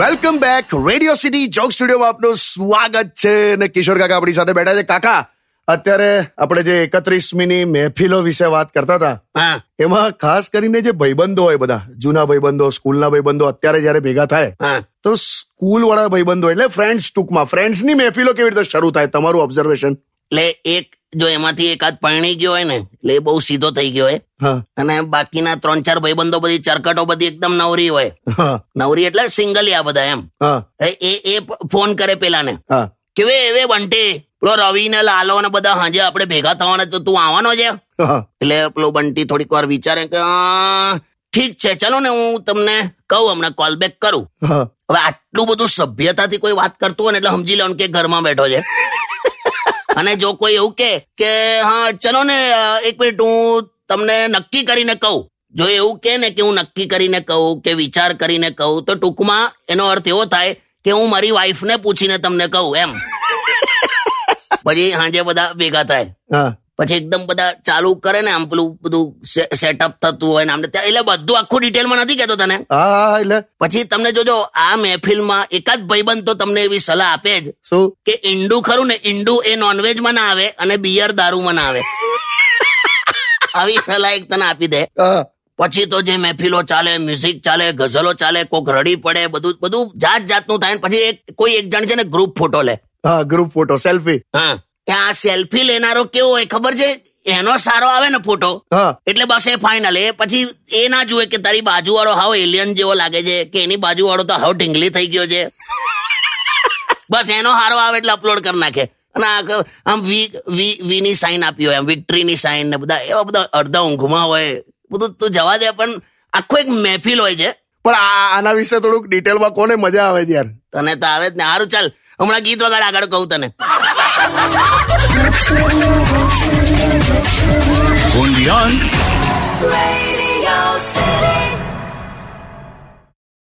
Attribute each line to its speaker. Speaker 1: Welcome back Radio City joke studio આપનું સ્વાગત છે અને કિશોર કાકા આપણી સાથે બેઠા છે કાકા અત્યારે આપણે જે એકત્રીસમીની મહેફિલો વિશે વાત કરતા હતા
Speaker 2: હા
Speaker 1: એમાં ખાસ કરીને જે ભાઈબંધો હોય બધા જૂના ભાઈબંધો સ્કૂલના ભાઈબંધો અત્યારે જયારે ભેગા થાય
Speaker 2: હા
Speaker 1: તો સ્કૂલ વાળા ભાઈબંધો એટલે ફ્રેન્ડ્સ ટૂંકમાં ફ્રેન્ડ્સની મહેફિલો કેવી રીતે શરૂ થાય તમારું ઓબ્ઝર્વેશન
Speaker 2: એટલે એક જો એમાંથી એકાદ પરણી ગયો હોય ને એટલે એ બહુ સીધો થઈ ગયો હોય
Speaker 1: હા
Speaker 2: અને બાકીના ત્રણ ચાર ભાઈબંધો બધી ચરકટો બધી એકદમ નવરી હોય
Speaker 1: હા
Speaker 2: નવરી એટલે સિંગલ આ બધા એમ
Speaker 1: હા
Speaker 2: એ એ- એ પ- ફોન કરે પેલાને
Speaker 1: હા
Speaker 2: કે વે એવે બંટી પેલો રવિ ને લાલો ને બધા હાજે આપણે ભેગા થવાના છે, તો તું આવવાનો છે
Speaker 1: હા
Speaker 2: એટલે પેલો બંટી થોડીક વાર વિચારે કે "આ, ઠીક છે ચલો ને હું તમને કહું હમણાં કોલ બેક કરું
Speaker 1: હા
Speaker 2: હવે આટલું બધું સભ્યતાથી કોઈ વાત કરતું હોય ને એટલે સમજી લેવાનું કે ઘરમાં બેઠો છે અને જો કોઈ એવું કે કે હા ચલો ને અ, એક મિનિટ હું તમને નક્કી કરીને કહું જો એવું કે ને કે હું નક્કી કરીને કહું કે વિચાર કરીને કહું તો ટૂંકમાં એનો અર્થ એવો થાય કે હું મારી વાઈફને પૂછીને તમને કહું એમ પછી સાંજે બધા ભેગા થાય
Speaker 1: હા
Speaker 2: પછી એકદમ બધા ચાલુ કરે ને આમ પેલું બધું સેટઅપ થતું હોય ને આમ ને ત્યાં. એટલે બધું આખું ડિટેલમાં નથી કહેતો તને
Speaker 1: હા હા એટલે
Speaker 2: પછી તમને જોજો આ મહેફિલમાં એકાદ ભાઈબંધ તો તમને એવી સલાહ આપે જ
Speaker 1: શું
Speaker 2: કે ઈંડું ખરું ને ઈંડું એ નોનવેજમાં ના આવે અને બિયર દારૂમાં ના આવે આવી સલાહ એક તને આપી દે
Speaker 1: હા
Speaker 2: પછી તો જે મહેફિલો ચાલે મ્યુઝિક ચાલે ગઝલો ચાલે કોક રડી પડે બધું બધું જાત જાતનું થાય ને પછી એક કોઈ એક જણ છે ને ગ્રુપ ફોટો લે
Speaker 1: હા ગ્રુપ ફોટો સેલ્ફી
Speaker 2: હા કે આ સેલ્ફી લેનારો કેવો હોય ખબર છે એનો સારો આવે ને ફોટો
Speaker 1: હા
Speaker 2: એટલે બસ એ ફાઇનલ એ પછી એ ના જુએ કે તારી બાજુવાળો હાવ એલિયન જેવો લાગે છે કે એની બાજુવાળો તો હાવ ઢીંગલી થઈ ગયો છે બસ એનો હારો આવે એટલે અપલોડ કરી નાખે અને આ ક- આમ વી વી વી ની સાઇન આપી હોય એમ વિક્ટરીની સાઇન ને બધા એવા બધા અડધા ઊંઘમાં હોય બધું તું જવા દે પણ આખો એક મહેફિલ હોય છે
Speaker 1: પણ આ આના વિશે થોડુંક ડિટેલમાં કોને મજા આવે છે યાર
Speaker 2: તને તો આવે જ ને સારું ચાલ હમણાં ગીત વગાડ આગળ કહું તને
Speaker 3: Undian.
Speaker 4: Radio